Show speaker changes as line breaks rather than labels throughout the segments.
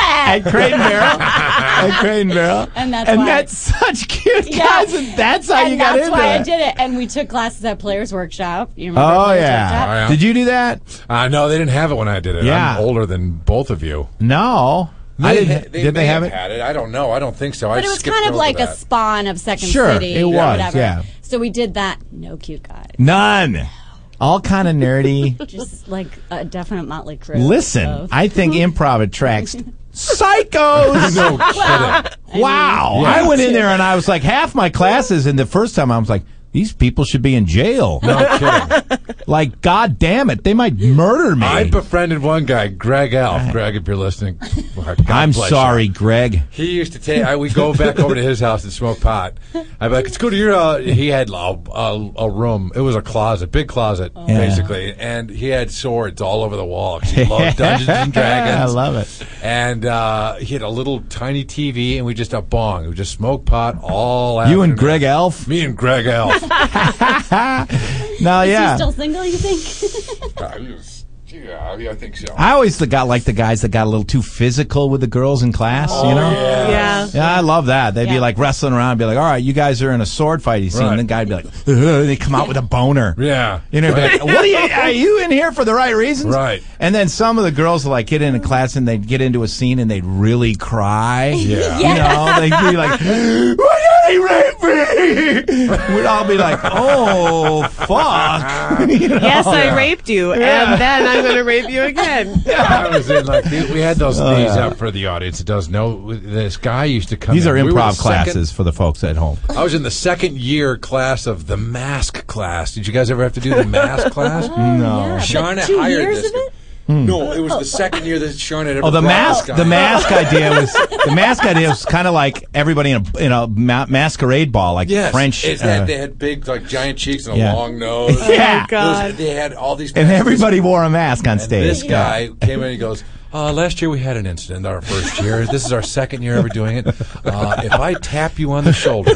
at Crane Barrel. at Crane Barrel.
And that's
and
why-
that's such cute
Yeah.
guys, and that's how
and
you got
that's
into
why
it.
I did it. And we took classes at Players Workshop. You remember
Oh
Players
yeah.
Workshop?
Oh, yeah.
Did you do that?
Uh, no, they didn't have it when I did it.
Yeah.
I'm older than both of you.
No. I
They-
didn't.
they
did
may
they have
have
it?
Had it? I don't know. I don't think so. I
But it was
skipped
kind of
over
like a
that.
spawn of Second
Sure,
City.
it
or
was,
whatever.
yeah.
So we did that. No cute guys.
None. All kind of nerdy.
Just like a definite Motley Crue.
Listen,
of-
I think improv attracts psychos.
no kidding.
Wow. I went in there and I was like, half my classes, and the first time I was like, these people should be in jail.
No kidding.
Like, god damn it, they might murder me.
I befriended one guy, Greg Alf. Greg, if you're listening, well, God
I'm
bless you.
sorry, Greg.
He used to take. I would go back over to his house and smoke pot. I'd be like, "Let's go to your." Uh, he had a, a, a room. It was a closet, big closet,
Oh,
basically, and he had swords all over the wall. 'cause He loved Dungeons and Dragons.
I love it.
And uh, he had a little tiny TV, and we just a bong. We just smoked pot all.
You and
afternoon.
Greg Elf?
Me and Greg Elf.
No,
Is
yeah.
he still single, you think?
I was- yeah, I think so.
I always got like the guys that got a little too physical with the girls in class,
Oh,
you know?
Uh,
Yeah.
Yeah, I love that. They'd be
Yeah.
like wrestling around and be like, all right, you guys are in a sword fight. You see,
Right.
and the guy'd be like, Ugh, they come out with a boner.
Yeah.
You know, be
Right.
like, what are you, are you in here for the right reasons?
Right.
And then some of the girls would like get into class and they'd get into a scene and they'd really cry.
Yeah.
You know, they'd be like, why did they rape me? We'd all be like, oh, fuck. You know?
Yes, I raped you, and then I'm going to rape you again.
I was in like the- we had those
Oh,
knees up for the audience. It does know this guy used to come.
These
in.
are
We were the
improv
second-
classes for the folks at home.
I was in the second year class of the mask class. Did you guys ever have to do the mask class?
No.
Shauna
Oh, Two
hired
years
this.
of it? Oh,
No, it was the second year that Shauna had ever
Hmm. Oh, the
brought
mask.
this guy.
The mask idea was the mask idea was kind of like everybody in a in a ma- masquerade ball, like
Yes,
French.
Is that
uh,
they had big, like giant cheeks and a
yeah.
long nose?
Yeah.
Oh, God.
Those- they had all these.
and
masks.
everybody wore a mask on
And
stage.
This guy came in and he goes, uh, last year we had an incident, our first year. This is our second year ever doing it. Uh, if I tap you on the shoulder,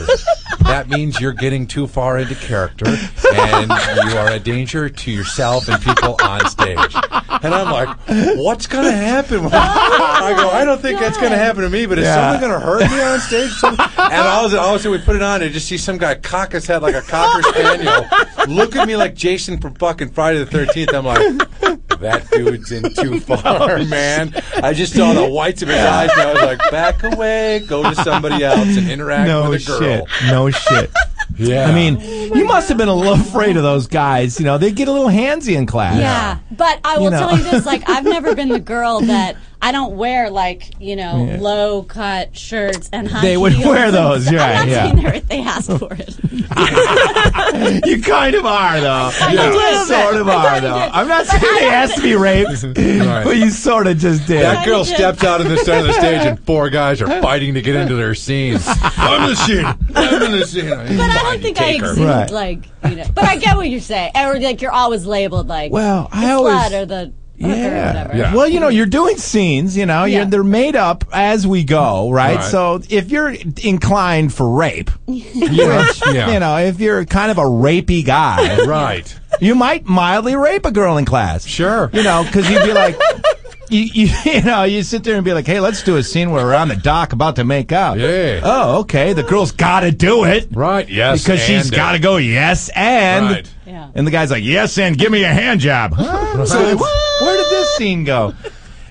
that means you're getting too far into character and you are a danger to yourself and people on stage. And I'm like, what's going to happen? I go, I don't think that's going to happen to me, but is
Yeah.
someone going to hurt me on stage? Some- and all of a- all of a sudden we put it on and just see some guy cock his head like a cocker spaniel. Look at me like Jason from fucking Friday the 13th. I'm like, that dude's in too far, man. I just saw the whites of his eyes, and I was like, back away, go to somebody else and interact
no
with
shit.
a girl. Oh
No shit.
Yeah,
I mean, you must have been a little afraid of those guys. You know, they get a little handsy in class.
Yeah, but I will
know.
tell you this: like, I've never been the girl that I don't wear like you know low cut shirts and high.
They would
heels
wear
and
those,
stuff.
right,
I'm
yeah.
not saying they asked for it.
you kind of are, though.
I
You
did.
sort of
I
are,
kinda
though.
did.
I'm not saying they asked to be raped,
Right.
but you sort of just did.
that girl
did.
steps out on the side of the stage, and four guys are fighting to get into their scene. I'm in the scene. I'm in the scene.
But I don't think I exude
Right.
like you know. But I get what you're saying, or like you're always labeled like
Well,
the
I always-
slut or the hooker or whatever.
Yeah.
Well, you know, you're doing scenes, you know, you're,
Yeah.
they're made up as we go, right?
Right.
So if you're inclined for rape,
Yes, yeah.
you know, if you're kind of a rapey guy,
right.
you might mildly rape a girl in class.
Sure.
You know, because you'd be like, you, you, you know, you sit there and be like, hey, let's do a scene where we're on the dock about to make out.
Yeah.
Oh, okay. The girl's got to do it.
Right. Yes.
Because she's
and- uh,
got to go, yes, and.
Right.
Yeah.
And the guy's like, yes, and give me a hand job. Huh? So like, where did this scene go?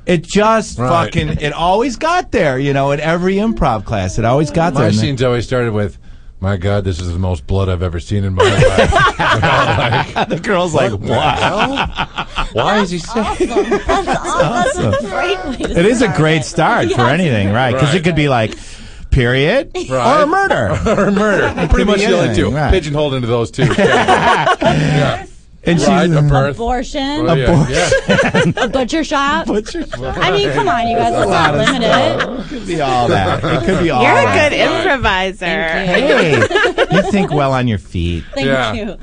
It just
Right.
fucking, it always got there, you know, in every improv class. It always got there.
My
And then-
scenes always started with, "My God, this is the most blood I've ever seen in my life." And I'm like,
the girl's like, wow.
Why is he saying?
Awesome. That's, awesome. That's a great way to
It is a
start
great start for
Yes.
anything, right? Because it
Right.
could be like, period
Right.
or murder.
or murder. Pretty much the only two.
anything, right.
Pigeonholed into those two. yeah.
And
Right, a birth.
Abortion,
Oh, yeah, yeah.
a butcher shop.
butcher.
I mean, come on, you guys. Let's not limit it.
It could be all that. It could be all
You're a
that.
good improviser.
Thank you.
Hey, you think well on your feet.
Thank
Yeah.
you.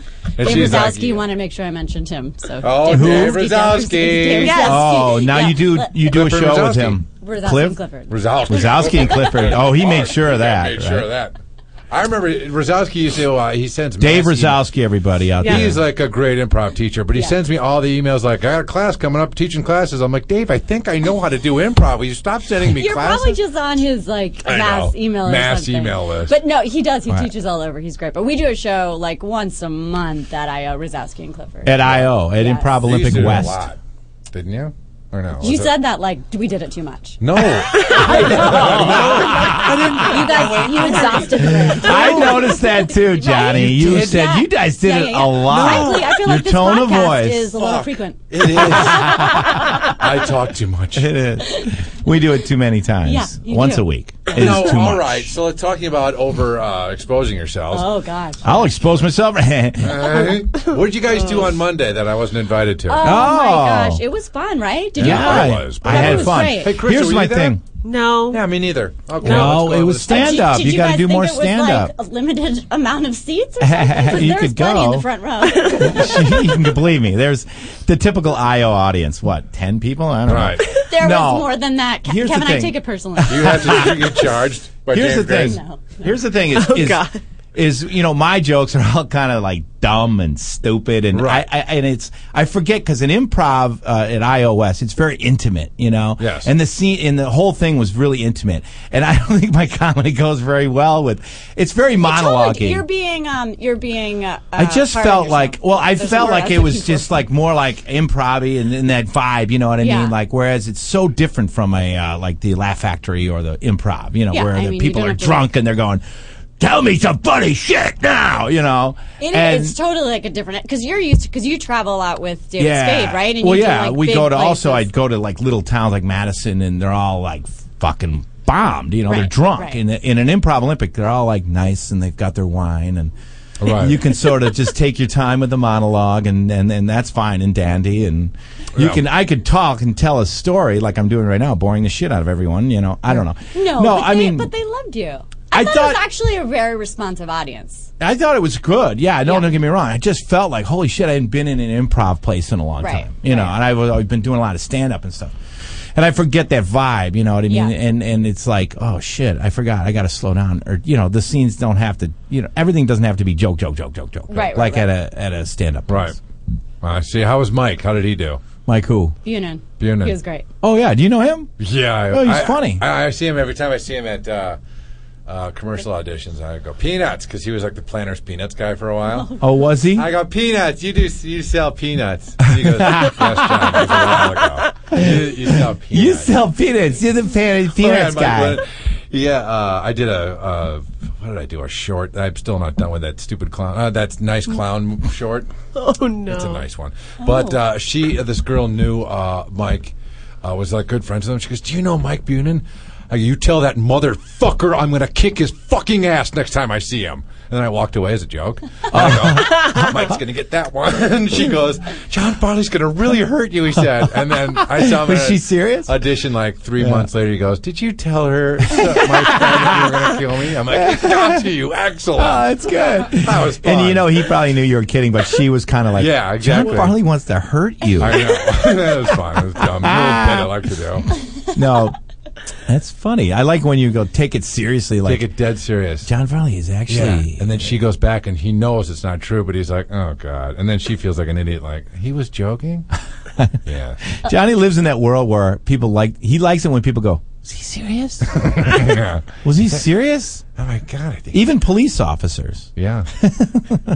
Dave
And she's like-
Rosowski wanted to make sure I mentioned him. So
Oh, Dave Rosowski.
Yes.
Oh, now
Yeah.
you do
Let-
you do a
Clifford
show with
Rosowski.
him.
Rosowski
Cliff?
Clifford.
Rosowski.
Rosowski and Clifford. Oh, he made sure of that.
Made sure
right?
of that. I remember Rosowski used to. Uh, he sends
Dave
mass emails.
Rosowski, everybody out
Yeah.
there.
He's like a great improv teacher, but he
Yeah.
sends me all the emails like, I got a class coming up, teaching classes. I'm like, Dave, I think I know how to do improv. Will you stop sending me
You're
classes?
probably just on his like
I
mass
know.
email or
Mass
something.
email list.
But no, he does. He
right.
teaches all over. He's great. But we do a show like once a month at IO Rosowski and Clifford.
at IO at
Yes.
Improv
You used
Olympic
to do it a
West.
lot, didn't you? Or no?
you
Was it-
said that like we did it too much.
no.
You guys, you exhausted the room.
I noticed that too, Johnny. You
did
said
that.
you guys did
Yeah,
it
yeah, yeah.
a lot.
Frankly, I feel
Your
like this
tone of
podcast
voice.
is a little
Fuck.
frequent.
It is. I talk too much.
It is. We do it too many times.
Yeah, you
Once
do.
a week. It's
No,
too much.
all right. So let's talking about over uh, exposing yourselves.
Oh gosh.
I'll expose myself.
Hey, what did you guys do on Monday that I wasn't invited to?
Oh, my
Oh.
gosh, it was fun, right? Did
Yeah,
you?
it
I-
was.
I
That
had
was
fun.
great. Hey,
Chris,
Here's
were
my
you there?
thing.
No.
yeah, me neither. Okay,
No,
let's go
it
to
was
the-
stand-
Did-
up.
Did
You
you,
gotta
guys
do
think
more
it was,
stand-up.
Like a limited amount of seats or something? 'Cause
You
there's
could
plenty in
go.
the front row.
you can believe me. There's the typical IO audience. What, 10 people? I don't
Right.
know.
There
No.
was more than that. Ke-
Here's the
Kevin, I
thing.
take it personally.
You had to you get charged. By
Here's
James
the thing.
Grace.
No, Oh, no.
Here's the thing is, is,
God.
is, you know my jokes are all kind of like dumb and stupid and
Right.
I, I and it's I forget because in improv uh, at iOS it's very intimate you know
Yes.
and the scene and the whole thing was really intimate and I don't think my comedy goes very well with it's very monologuing.
You're being, um, you're being. Uh,
I just
hard on
felt
yourself.
like, well, I
There's
felt
more
like
I
it was
think you-
just like more like improv and, and that vibe, you know what I
Yeah.
mean? Like, whereas it's so different from a, uh, like the Laugh Factory or the improv, you know,
Yeah,
where
I
the
mean, you
people
don't
are
have to-
drunk and they're going, tell me some funny shit now, you know?
It is
and,
it's totally like a different because you're used to because you travel a lot with David
yeah.
Spade, right?
well,
you do,
yeah,
like,
we
big
go to also,
places.
I'd go to like little towns like Madison and they're all like fucking bombed, you know, they're
Right,
drunk.
right.
In, in an improv Olympic, they're all like nice and they've got their wine and.
Right.
You can sort of just take your time with the monologue, and, and, and that's fine and dandy. And you
Yeah.
can I could talk and tell a story like I'm doing right now, boring the shit out of everyone. You know, I don't know.
No,
no,
but
I
they,
mean,
but they loved you.
I
I, thought, it
thought-
was actually a very responsive audience.
I thought it was good. Yeah, no,
Yeah.
don't get me wrong. I just felt like holy shit, I hadn't been in an improv place in a long
Right,
time. You know,
right.
and I've, I've been doing a lot of stand up and stuff. And I forget that vibe, you know what I mean?
Yeah.
And and it's like, oh shit, I forgot. I got to slow down or you know, the scenes don't have to, you know, everything doesn't have to be joke joke joke joke joke. joke,
Right, right,
like
right.
at a at a stand up.
Right. I see. How was Mike? How did he do?
Like who?
Bunin.
Bunin.
He was great.
Oh yeah, do you know him?
Yeah. I,
Oh, he's
I-
funny.
I, I see him every time I see him at uh, uh, commercial auditions. I go peanuts because he was like the Planters Peanuts guy for a while.
Oh, was he?
I go peanuts. You do. You sell peanuts. He goes. yes, John. It was a while ago. You, you sell peanuts.
you sell peanuts. You're the pan- peanuts
Oh, yeah,
guy.
Mike Lennon. Yeah, uh, I did a. Uh, what did I do? A short. I'm still not done with that stupid clown. Uh, that's nice clown short.
Oh no.
It's a nice one. But
Oh.
uh, she, uh, this girl knew uh, Mike, uh, was like good friends with him. She goes, "Do you know Mike Bunin? I go, you tell that motherfucker I'm gonna kick his fucking ass next time I see him." And then I walked away as a joke. I go, "Oh, Mike's gonna get that one. and she goes, "John Farley's gonna really hurt you," he said. And then I saw him.
Was
at
she
an
serious?
Audition like three months later. He goes, "Did you tell her that my friend that you were gonna kill me?" I'm like, "I "Got to you, Axel."
Oh, that's good.
That was
And
fun.
you know, he probably knew you were kidding, but she was kind of like,
Yeah, exactly.
John Farley wants to hurt you.
I know. that was fun. It was dumb. It was what I like to
Ah.
do.
no, that's funny. I like when you go take it seriously. Like
Take it dead serious.
John Farley is
Yeah.
actually.
And then she goes back and he knows it's not true, but he's like, oh, God. And then she feels like an idiot, like, he was joking? yeah.
Johnny lives in that world where people like he likes it when people go. Is he serious?
yeah.
Was he serious?
Oh, my God. I think.
Even police officers.
Yeah.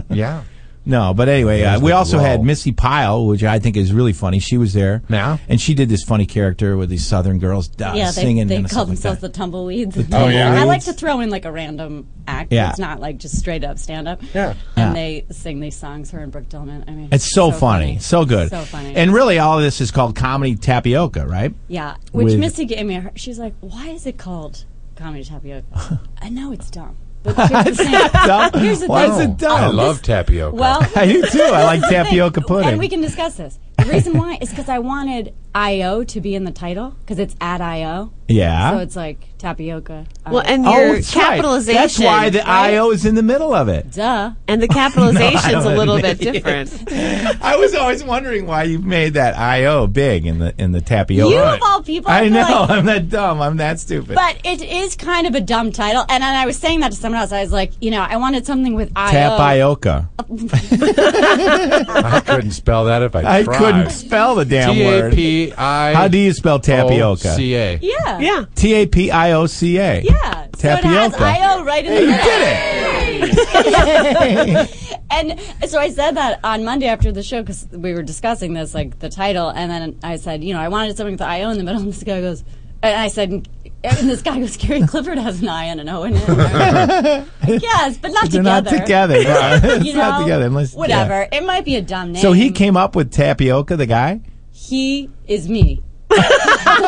yeah.
No, but anyway, uh,
There's
we
the
also had
growl.
Missy Pyle, which I think is really funny. She was there.
Yeah.
And she did this funny character with these Southern girls uh,
Yeah, they,
singing
they
and stuff like
call
that.
themselves the tumbleweeds.
Oh, yeah?
I like to throw in like a random act.
Yeah.
It's not like just straight up stand up.
Yeah.
Yeah.
And they sing these songs, her and Brooke Dillman. I mean,
It's so, funny. so good.
So funny.
And really, all of this is called comedy tapioca, right?
yeah, which
with-
Missy gave me. Her, she's like, "Why is it called comedy tapioca?" I know it's dumb. But here's the thing.
Dumb.
Here's the
Why
thing.
is it dumb?
Oh, I love tapioca.
Well,
I do too. I like
here's the thing,
tapioca pudding.
and we can discuss this. The reason why is because I wanted IO to be in the title because it's at IO.
Yeah.
So it's like tapioca. Uh,
Well, and
Oh,
your
that's right.
capitalization.
That's why the
right?
IO is in the middle of it.
duh.
And the capitalization's a little bit
admit it.
different.
I was always wondering why you made that IO big in the in the tapioca.
You of all people.
I
feel
know.
like-
I'm that dumb. I'm that stupid.
but it is kind of a dumb title. And, and I was saying that to someone else. I was like, you know, I wanted something with IO.
Tapioca.
I couldn't spell that if I
I
tried.
couldn't spell the damn
T A
word.
P I.
How do you spell tapioca?
C A.
Yeah.
Yeah.
T A P I O C A.
Yeah. So it
Tapioca.
has IO right in the middle. And so I said that on Monday after the show because we were discussing this, like the title, and then I said, you know, I wanted something with IO in the middle, and this guy goes, and I said, and this guy goes, Gary Clifford has an I and an O in it. And I was like, yes, but not
They're
together.
not together. No, it's
You
not
know?
together unless yeah.
Whatever. It might be a dumb name.
So he came up with tapioca, the guy.
He is me.
You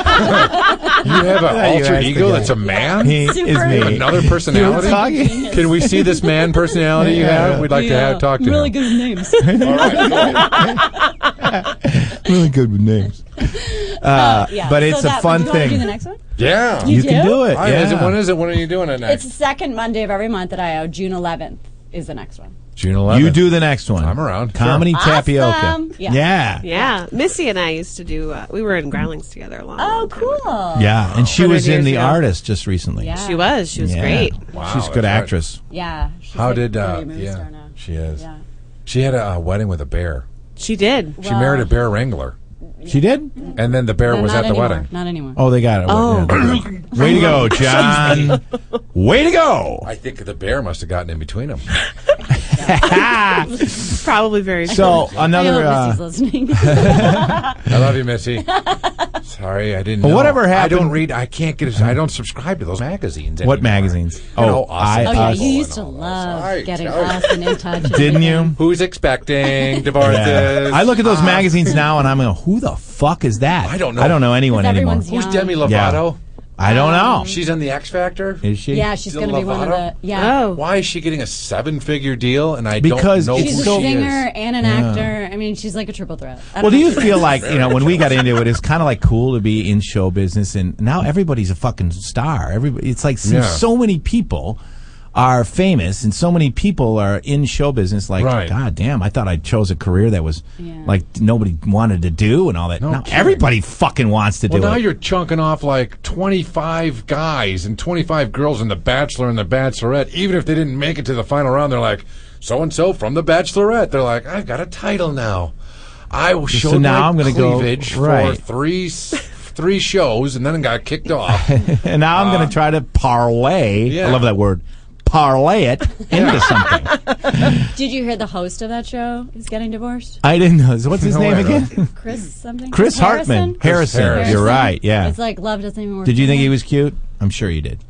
have an
you
alter
asked the
ego
guy.
that's a man?
He
Super
is
You
me.
have another
You were
personality?
talking.
Can we see this man personality you
Yeah.
have? We'd like to
Yeah.
have talk to
Really
him.
good names.
All right.
really good with names. Uh,
Oh, yeah.
But
So
it's
that-
a fun
do you wanna do the
thing.
next one?
Yeah.
You can
do?
do it.
All right,
yeah.
is it- when is it? When are you doing it
It's
next?
the second Monday of every month at IO. June 11th is the next one.
June 11th.
You do the next one.
I'm around.
Comedy
Sure. Awesome.
tapioca.
Yeah.
Yeah. yeah.
Yeah. Missy and I used to do, uh, we were in Growlings together a lot.
Oh, cool.
And she
Hundred
was in
years
The
ago.
Artist just recently.
Yeah.
She was. She was
Yeah.
great.
Wow,
She's a good
that's right.
actress.
Yeah. She's
How
like
did?
really
Uh,
a movie
yeah,
star now.
she is.
Yeah.
She had a, uh wedding with a bear.
She did.
She married a bear wrangler,
She did?
and then the bear
No,
was
not
at the
anymore.
wedding.
Not anymore.
Oh, they got it.
Oh.
Yeah. Way to go, John. Way to go.
I think the bear must have gotten in between them.
Probably very
So
I
another.
hope Missy's
Uh,
listening.
I love you, Missy. Sorry, I didn't.
Well,
know.
whatever
I don't
happened-
read. I can't get. I don't subscribe to those magazines.
What
anymore.
magazines?
You
Oh,
know, us and
I-
oh, yeah.
us.
You
Possible
used to
and all those.
love
I
getting
tell you.
us and in touch. and
didn't
everything.
you?
Who's expecting divorces? Uh,
Yeah. I look at those magazines now and I'm going, who the fuck is that?
I don't know.
I don't know anyone anymore.
everyone's
Who's
Yeah.
Demi Lovato?
I don't know.
She's in the X Factor.
Is she?
Yeah, she's
Demi
going to be one of
Lovato?
the. Yeah.
Oh.
Why is she getting a seven-figure deal? And I
Because
don't know
Oh. it's
She's
who
a
so-
she
singer
is.
and an actor. I mean, she's like a triple threat. I don't
Well, do
know
you
if she-
feel like you know when we got into it, it's kind of like cool to be in show business, and now everybody's a fucking star. Everybody, it's like since
Yeah.
so many people are famous and so many people are in show business. Like,
Right.
god damn, I thought I chose a career that was
Yeah.
like nobody wanted to do and all that. now
kidding.
everybody fucking wants to
Well,
do
now
it.
you're chunking off like 25 guys and 25 girls in The Bachelor and The Bachelorette. Even if they didn't make it to the final round, they're like, so and so from The Bachelorette. They're like, I've got a title now. I will show
now
my
I'm gonna go-
cleavage
right.
for three s- three shows and then got kicked off.
and now I'm going to try to parlay.
Um, yeah.
I love that word. Parlay it into something.
Did you hear the host of that show is getting divorced?
I didn't know. What's his
No,
name
I don't.
again?
Chris something?
Chris Hartman.
Harrison?
Harrison.
Harrison.
You're right. Yeah.
It's like love doesn't even work.
Did you
for
think
him.
he was cute? I'm sure you did.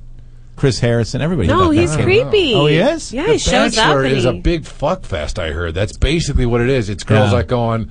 Chris Harrison, everybody.
No,
thought that
he's
kid-
creepy.
Oh, he is?
Yeah,
the
he shows up.
Bachelor
And
is
he,
a big fuck fest. I heard. That's basically what it is. It's girls
Yeah.
like going,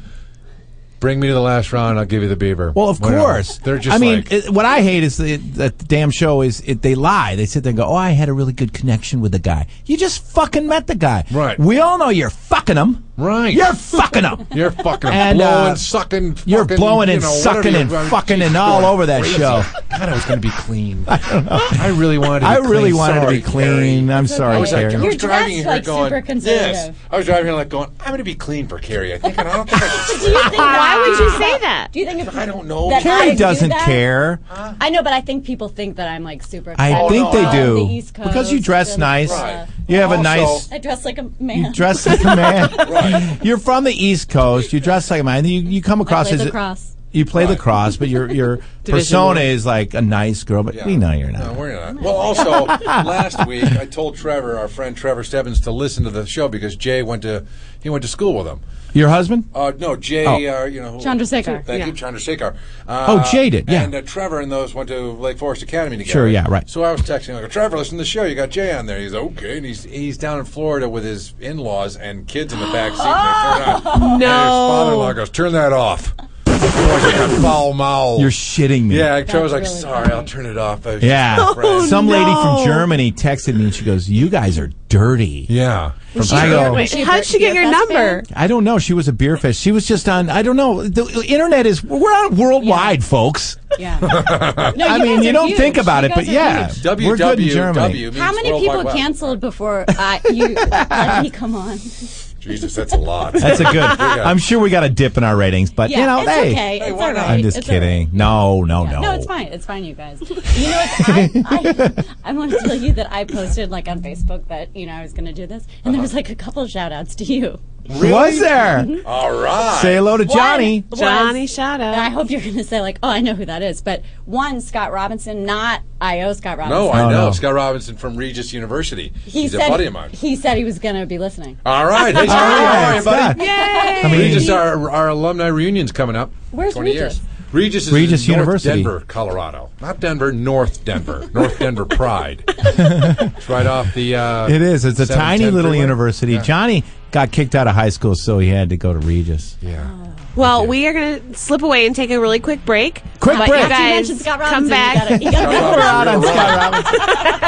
"Bring me to the last round. I'll give you the beaver."
Well, of
Whatever.
course.
They're just.
I mean,
like,
it- what I hate is the, that the damn show is it, they lie. They sit there and go, "Oh, I had a really good connection with the guy." You just fucking met the guy.
Right.
We all know you're fucking him.
Right.
You're fucking him.
You're fucking
And,
blowing,
uh,
sucking.
you're
fucking,
blowing and
you know,
sucking
whatever
and
you-
fucking
She's
and all
going
over that
crazy.
show.
God, I was going to be clean. I don't know. I really wanted. To
I
be
really
clean.
wanted
Sorry,
to be clean.
Carrie.
I'm
I
sorry,
was like, I
Karen.
You're
was driving
dressed
here
like
going,
super conservative.
Yes. I was driving here like going, I'm going to be clean for Carrie. I think, and I don't think I should
Do you think
Why would you
that-
say that?
Do you think if
I don't know.
that I
Carrie
do
doesn't
that?
care.
I know, but I think people think that I'm like super.
I
excited.
think they
Oh,
do
the East Coast
because you dress
and,
nice.
uh,
Right.
You have a
Also-
nice
I dress like a man.
dress like a man.
Right.
You're from the East Coast. You dress like a man. You you come
I
across
play
as
the
a-
cross.
you play the cross, but your your persona
one.
is like a nice girl. But
Yeah.
we know you're not.
No, we're not. Well, also, last week I told Trevor, our friend Trevor Stebbins, to listen to the show because Jay went to he went to school with him.
your husband?
Uh, no, Jay,
Oh.
uh, you know, who-
Chandrasekhar.
Thank
Yeah.
you, Chandrasekhar. Uh,
Oh, Jay did, yeah.
And uh, Trevor and those went to Lake Forest Academy together.
Sure, yeah, right.
So I was texting like, Trevor, listen to the show. You got Jay on there. He's okay, and he's he's down in Florida with his in laws and kids in the back seat. and they turn it on. And his father in law goes, turn that off. was like a foul mouth.
You're shitting me.
yeah, I was like,
really
sorry,
funny. Oh,
I'll turn it off. I was
Yeah.
just my friend.
Some lady
no.
from Germany texted me and she goes, You guys are dirty.
yeah. From
she- I go-
Wait,
Was she a
how'd she get your
BFF
number?
I don't know. She was a beer fish. She was just on, I don't know. The internet is, we're on worldwide, folks.
Yeah. No,
I
you
mean,
guys
you
are
don't
huge.
think about
You
it, but
guys are
yeah.
huge.
We're good in Germany.
WWW.
How many
means World
people
Wide Web.
canceled before I, you let me come on?
Jesus, that's a lot.
That's a good. I'm sure we got a dip in our ratings, but
Yeah,
you know,
it's
hey,
okay. It's
why
all
not?
right.
I'm just
It's all right.
kidding. No, no, no.
No, it's fine. It's fine, you guys. You know, what? I, I, I want to tell you that I posted like on Facebook that you know I was going to do this, and there
Uh-huh.
was like a couple shout outs to you.
Was there?
All right.
Say hello to Johnny.
One was-
Johnny, shout out.
And I hope you're going to say like, oh, I know who that is. But one, Scott Robinson, not I.O. Scott Robinson.
No, I
Oh,
know.
no.
Scott Robinson from Regis University.
he
He's
said
a buddy of mine.
he said he was going to be listening.
All right. Hey, Scott, how are you, buddy?
Scott.
Yay!
I mean,
Regis, our, our alumni reunion's coming up.
Where's
20
Regis?
years. Regis is
Regis
in North
University.
Denver, Colorado. Not Denver, North Denver. North Denver Pride. it's right off the. Uh,
it is. It's a
710
tiny little
freeway.
university.
Yeah.
Johnny got kicked out of high school, so he had to go to Regis.
Yeah.
Well, we are going to slip away and take a really quick break.
Quick
but
break. Not
You
You guys
mentioned Scott
come
Robinson.
back.
You got it. You got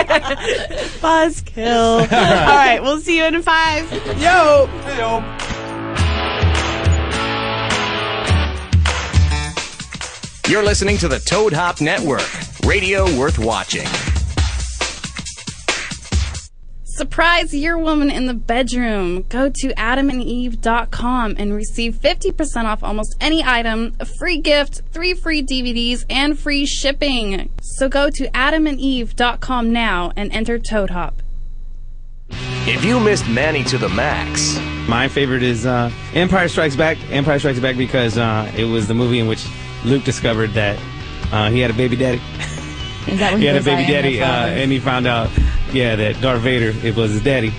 Scott
it.
Robinson.
Buzzkill. All right, we'll see you in five.
Yo,
You're listening to the Toad Hop Network, radio worth watching.
Surprise your woman in the bedroom. Go to adamandeve.com and receive 50% off almost any item, a free gift, three free DVDs, and free shipping. So go to adamandeve.com now and enter Toad Hop.
If you missed Manny to the Max,
My favorite is uh, Empire Strikes Back. Empire Strikes Back because uh, it was the movie in which Luke discovered that uh, he had a baby daddy.
Is that what
He had a
goes, "I
baby
am your
daddy, uh,
father"?
and he found out, yeah, that Darth Vader it was his daddy,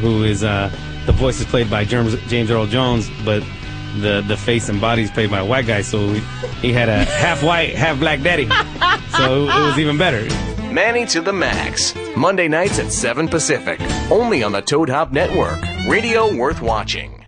who is uh, the voice is played by James, James Earl Jones, but the the face and body is played by a white guy. So he, he had a half white, half black daddy. So it was even better.
Manny to the Max, Monday nights at 7 Pacific, only on the Toad Hop Network, radio worth watching.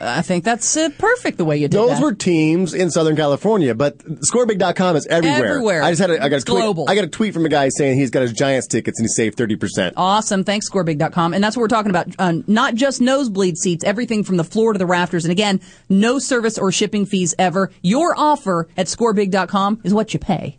I think that's uh, perfect the way you did
Those
that.
were teams in Southern California, but scorebig.com is everywhere.
Everywhere.
I just had a, I got a
It's
tweet,
global.
I got a tweet from a guy saying he's got his Giants tickets and he saved 30%.
Awesome. Thanks, scorebig.com. And that's what we're talking about. Uh, not just nosebleed seats, everything from the floor to the rafters. And again, no service or shipping fees ever. Your offer at scorebig.com is what you pay.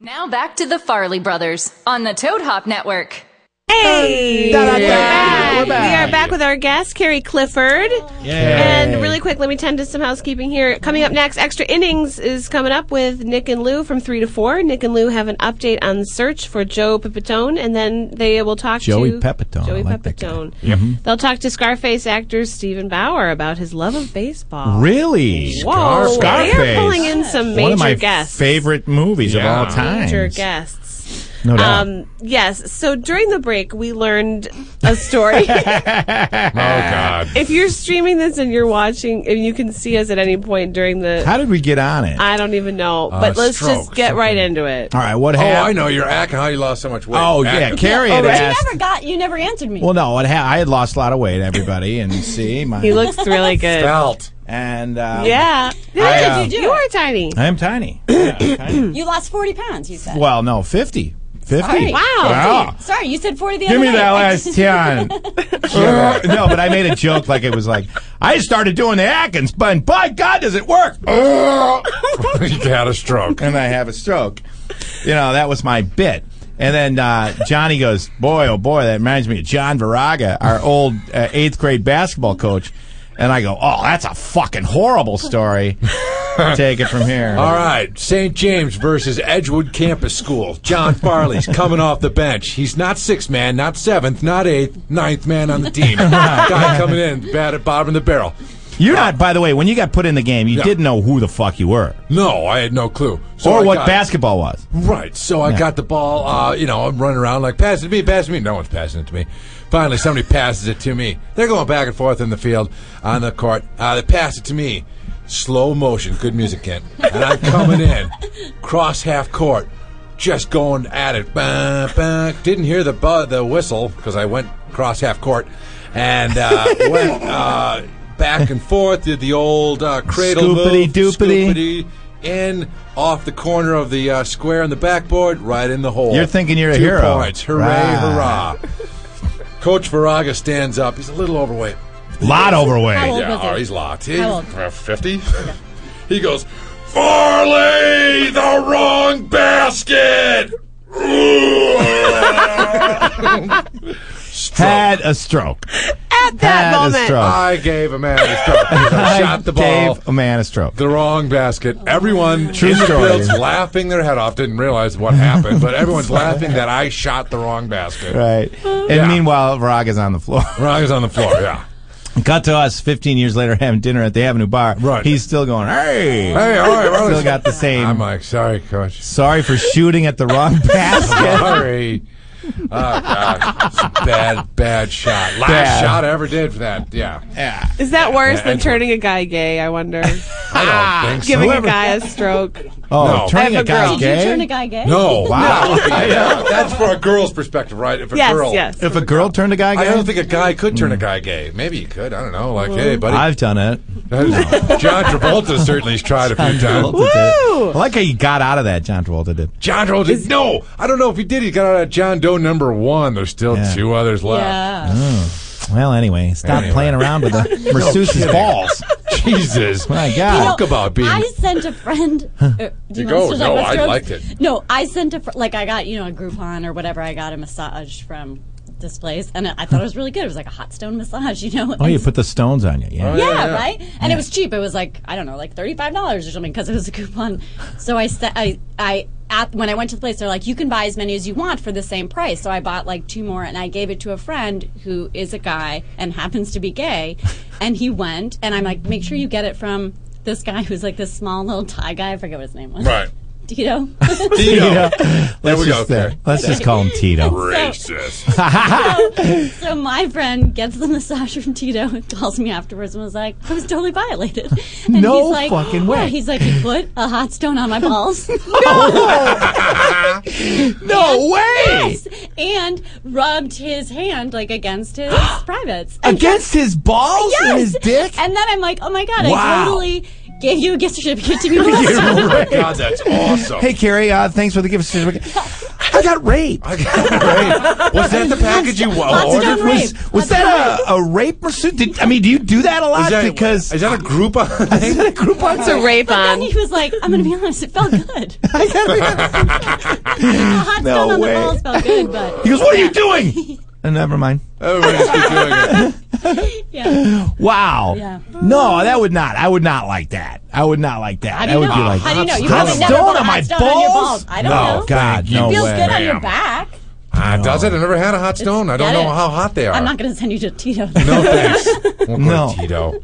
Now back to the Farley Brothers on the Toad Hop Network.
Hey,
Da, da, da.
we're, back.
We're back.
We are back with our guest, Carrie Clifford. And really quick, let me tend to some housekeeping here. Coming up next, Extra Innings is coming up with Nick and Lou from 3 to 4. Nick and Lou have an update on the search for Joe Pepitone, and then they will talk
Joey
to
Pepitone.
Joey
I like that guy.
Pepitone.
Yep. Mhm.
They'll talk to Scarface actor Stephen Bauer about his love of baseball.
Really?
Whoa,
Scarface.
they are pulling in some major
One of my
guests.
favorite movies
Yeah.
of all time.
Major guests.
No doubt.
Um, yes. So during the break, we learned a story.
Oh God.
if you're streaming this and you're watching, and you can see us at any point during the,
How did we get on it?
I don't even know.
Uh,
But let's just
stroke,
get right into it.
all right, what
oh,
happened?
I know. You're acting how you lost so much weight.
uh, Oh, yeah,
Acting.
Carrie had
But you
asked-
never got. You never answered me.
Well, no, it ha- I had lost a lot of weight, everybody, and see my
He looks really good.
Felt.
and uh,
Yeah.
I,
How
uh,
did you do
You
it?
are tiny.
I am tiny. Yeah, tiny.
You lost 40 pounds, you said.
Well, no, fifty. Fifty.
Sorry.
Wow.
Wow.
Sorry, you said 40 the
Give
other
me
night.
that
I
last
just-
ten. Uh, no, but I made a joke like it was like I started doing the Atkins, but by God, does it work? Uh,
you had a stroke.
and I have a stroke. You know, that was my bit. And then uh, Johnny goes, boy, oh boy, that reminds me of John Viraga, our old uh, eighth grade basketball coach. And I go, oh, that's a fucking horrible story. Take it from here.
All right, St. James versus Edgewood Campus School. John Farley's coming off the bench. He's not sixth man, not seventh, not eighth, ninth man on the team. Guy coming in, bat at bottom of the barrel.
You're not, by the way, when you got put in the game, you
Yeah.
didn't know who the fuck you were
No, I had no clue. So
or
I
what
got-
basketball was.
Right. So I got the ball. Uh, you know, I'm running around like, pass it to me, pass it to me. No one's passing it to me. Finally, somebody passes it to me. They're going back and forth in the field, on the court. Uh, they pass it to me. Slow motion, good music, Kent. And I'm coming in, cross half court, just going at it. Bah, bah. Didn't hear the bu- the whistle because I went cross half court and uh, went uh, back and forth. Did the old uh, cradle move,
Scoopity-doopity.
scoopity, in off the corner of the uh, square on the backboard, right in the hole.
You're thinking you're a
Two
hero.
Points. Hooray,
Right.
hurrah. Coach Viraga stands up. He's a little overweight.
Lot
How
overweight.
old
Yeah,
was
oh,
he?
he's locked.
How old?
Fifty. he goes, Farley, the wrong basket. Stroke.
Had a stroke.
At that
Had a
moment.
stroke.
I gave a man a stroke. I shot the ball.
Gave a man a stroke.
the wrong basket. Everyone
Oh, True
in the
story.
field's laughing their head off. Didn't realize what happened, but everyone's laughing that I shot the wrong basket.
Right. And
Yeah.
meanwhile, Viraga's on the floor.
Rogers on the floor. Yeah.
Cut to us 15 years later having dinner at the Avenue Bar.
Right.
He's still going, hey.
Hey, all right, Rogers.
Still got the same.
I'm like, sorry, coach.
Sorry for shooting at the wrong basket.
Sorry. Oh God, It's a bad, bad shot. Last
Bad. Ah.
shot I ever did for that. Yeah,
yeah.
Is that worse
Yeah,
than
and-
turning a guy gay, I
I
wonder?
don't think so.
Giving
Whoever-
a guy a stroke.
Oh,
No.
turning a
I have a
guy
girl.
Did you turn a
gay?
guy gay?
No,
Wow.
That would be- yeah, that's for a girl's perspective, right? If a
Yes,
girl,
yes.
If a girl turned a guy gay?
I don't think a guy could turn a guy gay. Maybe he could. I don't know. Like, hey, buddy,
I've done it.
John Travolta certainly's tried a few
Travolta
times.
did it. I like how you got out of that, John Travolta did.
John Travolta. no, I don't know if he did. He got out of John Doe number one. There's still
Yeah.
two others left.
Yeah.
Well, anyway, stop
Anyway.
playing around with the masseuse's
kidding.
balls.
Jesus,
My God.
You know,
talk about being.
I sent a friend. uh, do
You
want us to talk
go. No,
about
I
strokes?
liked it.
No, I sent a fr- like I got you know a Groupon or whatever. I got a massage from this place, and I thought it was really good. It was like a hot stone massage, you know.
Oh, you put the stones on you. Yeah.
yeah,
yeah, yeah.
right. And it was cheap. It was like I don't know, like thirty five dollars or something because it was a coupon. So I st- I I at, when I went to the place, they're like, you can buy as many as you want for the same price. So I bought like two more, and I gave it to a friend who is a guy and happens to be gay, and he went, and I'm like, make sure you get it from this guy who's like this small little Thai guy. I forget what his name was.
Right.
Tito.
Tito.
Let's
we go,
just, uh,
okay.
let's just call him Tito.
Racist.
So my friend gets the massage from Tito and calls me afterwards and was like, I was totally violated. And
No
he's like,
fucking
"Yeah."
way.
He's like, he put a hot stone on my balls.
No way!
Yes. And rubbed his hand like against his privates. And
Against his balls and his dick?
And then I'm like, oh my God,
Wow.
I totally gave you a gift certificate to be
You're
massaged.
right.
God, that's awesome.
Hey, Carrie, uh, thanks for the gift certificate. I got raped.
I got raped. Was that the package you
Lots of
ordered?
done
was
rape.
was
Lots
that a, a rape pursuit? Did, I mean, do you do that a lot?
Is that,
because
is that a group on
is that a Groupon
It's a rape
And
on.
he was like, I'm going to be honest, it felt good. The hot
No
stone on
way.
the balls felt good, but
He goes, "What are you doing?" Uh, never mind.
Everybody's been doing it.
yeah.
Wow.
Yeah.
No, that would not. I would not like that. I would not like that.
How do
I
you
would
know?
be like,
How do you know? You
hot
probably never
stone
put a
on my
hot stone on your balls. I don't
no,
know.
God, no
it feels
way.
good on your back.
Uh, does it? I never had a hot stone. I don't
Get
know
it?
how hot they are.
I'm not going to send you to Tito.
no thanks. Won't go
No.
to Tito.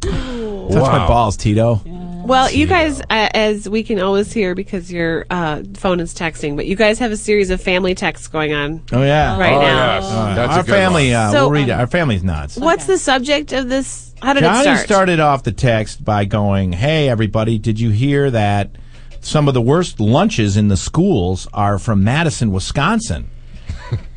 Touch my
Wow.
balls, Tito.
Well, you guys, uh, as we can always hear because your uh, phone is texting, but you guys have a series of family texts going on
Oh yeah.
right
Oh,
now.
yes.
Uh,
That's a
our
good
family,
one.
uh,
So-
we'll
um,
read it. Our family's nuts.
What's the subject of this? How did it
Johnny
start?
started off the text by going, "Hey everybody, did you hear that some of the worst lunches in the schools are from Madison, Wisconsin?"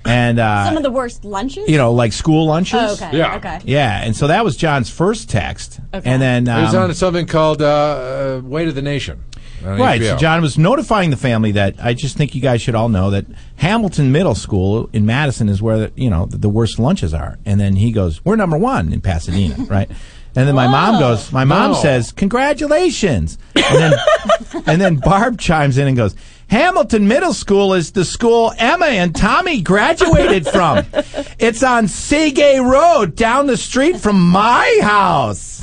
and uh,
Some of the worst lunches?
you know, like school lunches.
Oh, okay.
Yeah.
Okay.
Yeah, and so that was John's first text,
Okay.
and then um,
It was on something called uh, uh, Way to the Nation. on
Right.
HBO.
So John was notifying the family that I just think you guys should all know that Hamilton Middle School in Madison is where the, you know the, the worst lunches are. And then he goes, "We're number one in Pasadena, right?" And then my mom goes, "My mom
No.
says, congratulations." And then, and then Barb chimes in and goes, "Hamilton Middle School is the school Emma and Tommy graduated from. It's on Seagay Road, down the street from my house."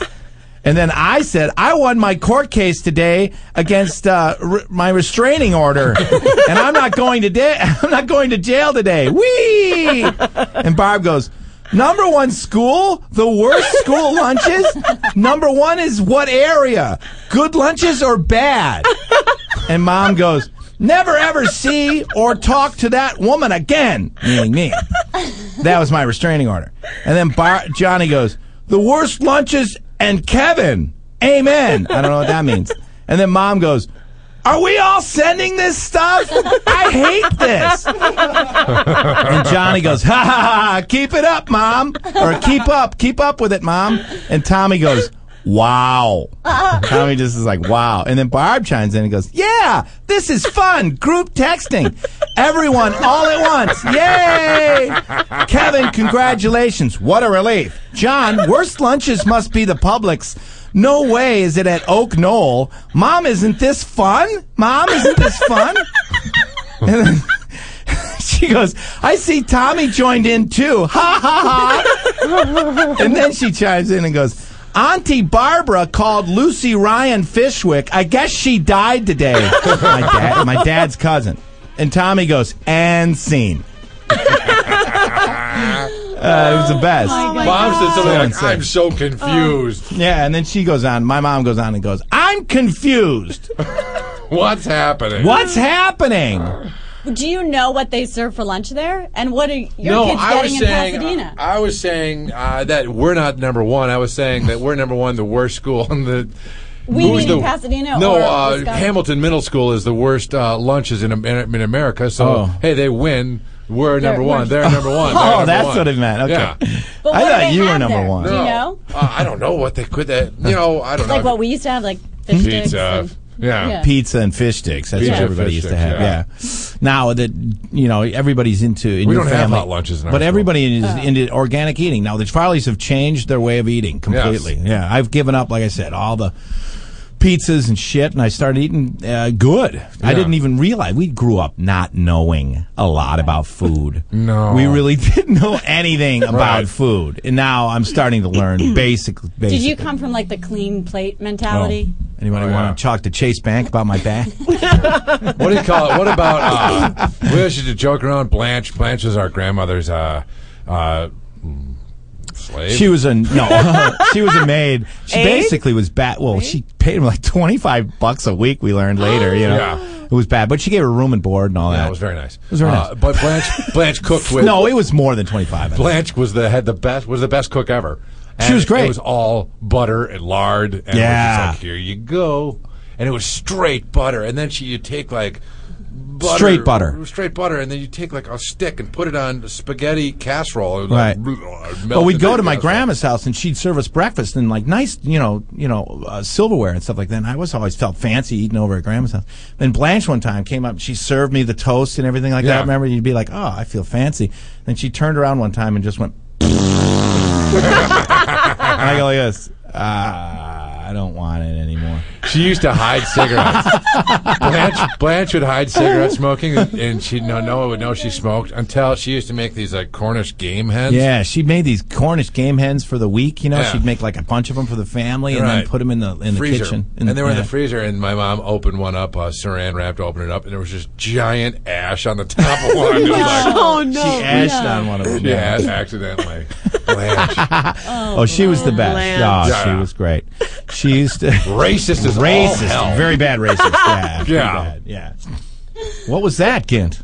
And then I said, I won my court case today against uh, re- my restraining order, and I'm not going to da- I'm not going to jail today. Wee! And Barb goes, number one school, the worst school lunches. Number one is what area? Good lunches or bad? And mom goes, never ever see or talk to that woman again, meaning me. That was my restraining order. And then Bar- Johnny goes, the worst lunches and Kevin. Amen. I don't know what that means. And then mom goes, are we all sending this stuff? I hate this. And Johnny goes, ha ha ha, keep it up, mom. Or keep up, keep up with it, mom. And Tommy goes, wow. Tommy just is like, wow. And then Barb chimes in and goes, yeah, this is fun. Group texting. Everyone all at once. Yay. Kevin, congratulations. What a relief. John, worst lunches must be the Publix. No way is it at Oak Knoll. Mom, isn't this fun? Mom, isn't this fun? And then she goes, I see Tommy joined in too. Ha ha ha. and then she chimes in and goes, Auntie Barbara called Lucy Ryan Fishwick. I guess she died today. my, dad, my dad's cousin. And Tommy goes, and scene. uh, it was the best.
Oh
Mom said something
So
like,
insane.
I'm so confused.
yeah, and then she goes on. My mom goes on and goes, I'm confused.
What's happening?
What's happening?
Oh,
Do you know what they serve for lunch there? And what are your
No,
kids
I
getting
was,
in
saying,
Pasadena?
I was saying uh, that we're not number one. I was saying that we're number one, the worst school in the.
We
who's
mean Pasadena
No,
or
uh,
Wisconsin?
Hamilton Middle School is the worst uh, lunches in, Am- in America. So
Oh.
hey, they win. We're number one.
worst.
They're number one. They're
Oh,
number
that's
one.
what it meant. Okay.
Yeah.
But
I
what do
thought
they
you were
have
number
there?
one.
Do you
No.
know?
Uh, I don't know what they could. That you know, I don't know.
Like what we used to have, like fish sticks
Pizza.
and-
Yeah.
pizza and fish sticks. That's what
Pizza,
everybody
fish
used to
sticks,
have.
yeah.
Yeah. Now that you know everybody's into in
We
your
don't have
family-
hot lunches in our
but
school.
everybody is into organic eating. Now the Farleys have changed their way of eating completely. Yeah, I've given up. Like I said, all the pizzas and shit, and I started eating uh, good. I
Yeah.
didn't even realize we grew up not knowing a lot about food.
No.
we really didn't know anything
Right.
about food, and now I'm starting to learn basic.
Did
basic
you come from like the clean plate mentality?
Anybody
Oh, yeah.
want to talk to Chase Bank about my back?
What do you call it? What about uh, we always used to joke around? Blanche, Blanche is our grandmother's uh, uh, mm, slave.
She was a no. she was a maid. She
Aide?
basically was bad. Well, she paid him like twenty five bucks a week. We learned later, you know,
Yeah.
it was bad. But she gave her room and board and all
yeah,
that.
it was very nice. It
was very nice.
But Blanche, Blanche cooked with
no, it was more than twenty five.
Blanche was the had the best was the best cook ever. And
was great.
It was all butter and lard, and it was just
Yeah.
like here you go, and it was straight butter. And then she you take like butter,
Straight butter.
straight butter, and then you take like a stick and put it on spaghetti casserole. and,
Right.
Like, melt
But
it
we'd go
in
to my
casserole.
grandma's house and she'd serve us breakfast and like nice, you know, you know, uh, silverware and stuff like that. And I was always felt fancy eating over at grandma's house. Then Blanche one time came up, and she served me the toast and everything like
Yeah.
that. Remember, you'd be like, "Oh, I feel fancy." Then she turned around one time and just went. and I go like this. Ah, I don't want it anymore.
She used to hide cigarettes. Blanche, Blanche would hide cigarette smoking, and, and she no no one would know she smoked until she used to make these like Cornish game hens.
Yeah, she made these Cornish game hens for the week. You know,
Yeah.
she'd make like a bunch of them for the family and then
Right.
put them in the in the
freezer.
kitchen.
and they were in
yeah.
the freezer, and my mom opened one up, uh, saran wrapped, opened it up, and there was just giant ash on the top of one. It was like,
Oh no!
She ashed on one of them.
she
yeah.
had accidentally. Blanche.
Oh, she was the best.
Lance.
Oh,
Yeah.
she was great. She used to
Racist as all
racist,
hell.
very bad racist. Yeah, pretty
Yeah.
bad, yeah. What was that, Kent?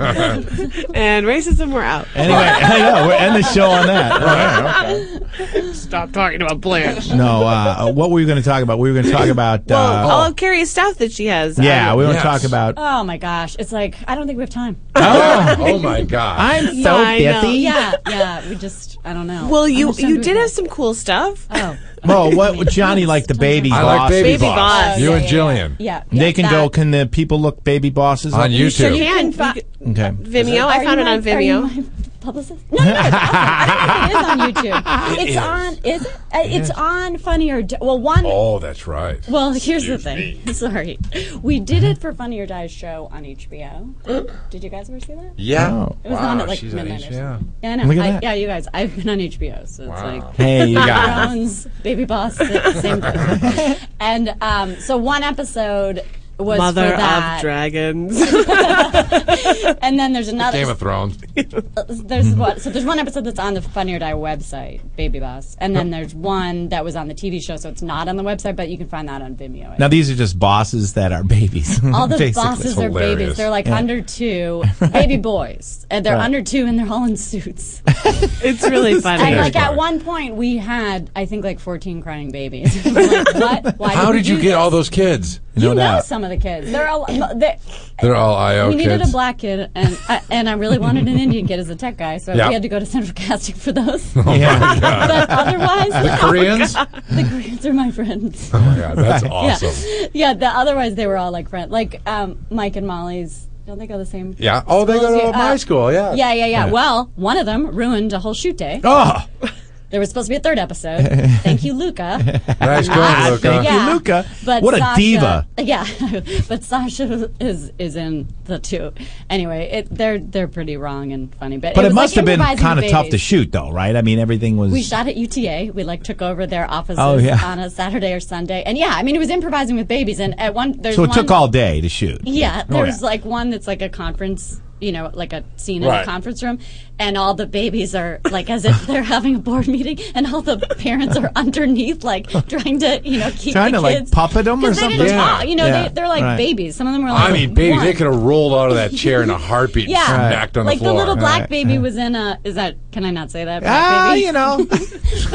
And racism, we're out.
Anyway, I know. We'll end the show on that. All right.
Stop talking about Blanche.
No, uh, what were we going to talk about? We were going to talk about.
Well,
Uh,
all curious stuff that she has.
yeah,
Um,
we were going to
Yes.
talk about.
Oh my gosh. It's like, I don't think we have time.
oh my god!
I'm so
I know.
busy.
yeah, yeah. We just, I don't know. Oh,
well,
How
you
much time
you
do we
did
got?
have some cool stuff.
Oh,
Well, what Johnny like the baby
I
boss.
like baby,
Baby
boss.
Boss.
You
Yeah,
and
yeah, yeah.
Jillian
Yeah.
They
yeah,
can
that-
go. Can the people look baby bosses
on
up?
YouTube.
You can.
fi-
You can-
Okay.
Vimeo. I
Are
found
you
it on
my- are you
Vimeo.
my publicist? No, no, it's awesome. I don't think it is on YouTube. It's
is.
on. Is it? Uh, It's on Funny or Di- Well, one.
Oh, that's right.
Well, here's the thing. Sorry, we did it for Funny or Die show on HBO. did you guys ever see that?
Yeah.
Oh.
It was on at like
she's
midnight.
age,
or
yeah.
something. Yeah, I know.
Look at
I,
that.
yeah, you guys. I've been on HBO, so it's like
Hey, you guys.
Browns, Baby Boss, sa- same thing. and um, so one episode was
Mother
for that,
of Dragons.
and then there's another.
Game of Thrones.
there's
Mm-hmm.
what? So there's one episode that's on the Funny or Die website, Baby Boss, and then there's one that was on the TV show, so it's not on the website, but you can find that on Vimeo.
Now these are just bosses that are babies.
all the
basically.
bosses are
hilarious.
babies. They're like under two, baby boys, and they're under two, and they're all in suits.
it's really
And
funny.
like at one point, we had I think like fourteen crying babies. I'm like, what? Why
How
we
did you
do
get
this?
all those kids?
You know
doubt.
some of the kids. They're all. They're,
They're all IO
we needed
Oh, kids.
a black kid, and I and I really wanted an Indian kid as a tech guy, so
Yeah.
we had to go to central casting for those.
Yeah.
but otherwise,
the Koreans? Oh
the Koreans are my friends.
my god, that's awesome.
Yeah, yeah. The, otherwise, they were all like friends. Like um, Mike and Molly's. Don't they go the same?
Yeah. Oh, they go
schools
to
here?
my
Uh,
school. Yeah.
Yeah, yeah, yeah. Well, one of them ruined a whole shoot day.
Oh,
There was supposed to be a third episode. Thank you, Luca.
Nice
Ah,
going, Luca.
thank you, Luca.
But
what
Sasha,
a diva.
Yeah, but Sasha is is in the two. Anyway, it, they're they're pretty wrong and funny. But,
But it,
it, was
must
like
have been
improvising
kind of tough to
babies.
shoot, though, right? I mean, everything was.
We shot at UTA. We like took over their offices
Oh, yeah.
on a Saturday or Sunday, and yeah, I mean it was improvising with babies. And at one, there's
so it
one,
took all day to shoot.
Yeah,
Oh,
there's
yeah.
like one that's like a conference, you know, like a scene in
Right.
a conference room, and all the babies are like as if they're having a board meeting, and all the parents are underneath, like trying to, you know, keep
Trying
the
to, like,
kids.
puppet 'em or
'Cause They
something?
didn't
Yeah.
talk, you know,
Yeah.
they, they're like
Right.
babies. Some of them were like,
I mean, baby,
one.
they could have rolled out of that chair in a heartbeat. and
Yeah,
Smacked on
like
the floor.
little black
Right.
baby was in a. Is that? Can I not say that? Black
Ah,
baby?
you know.
But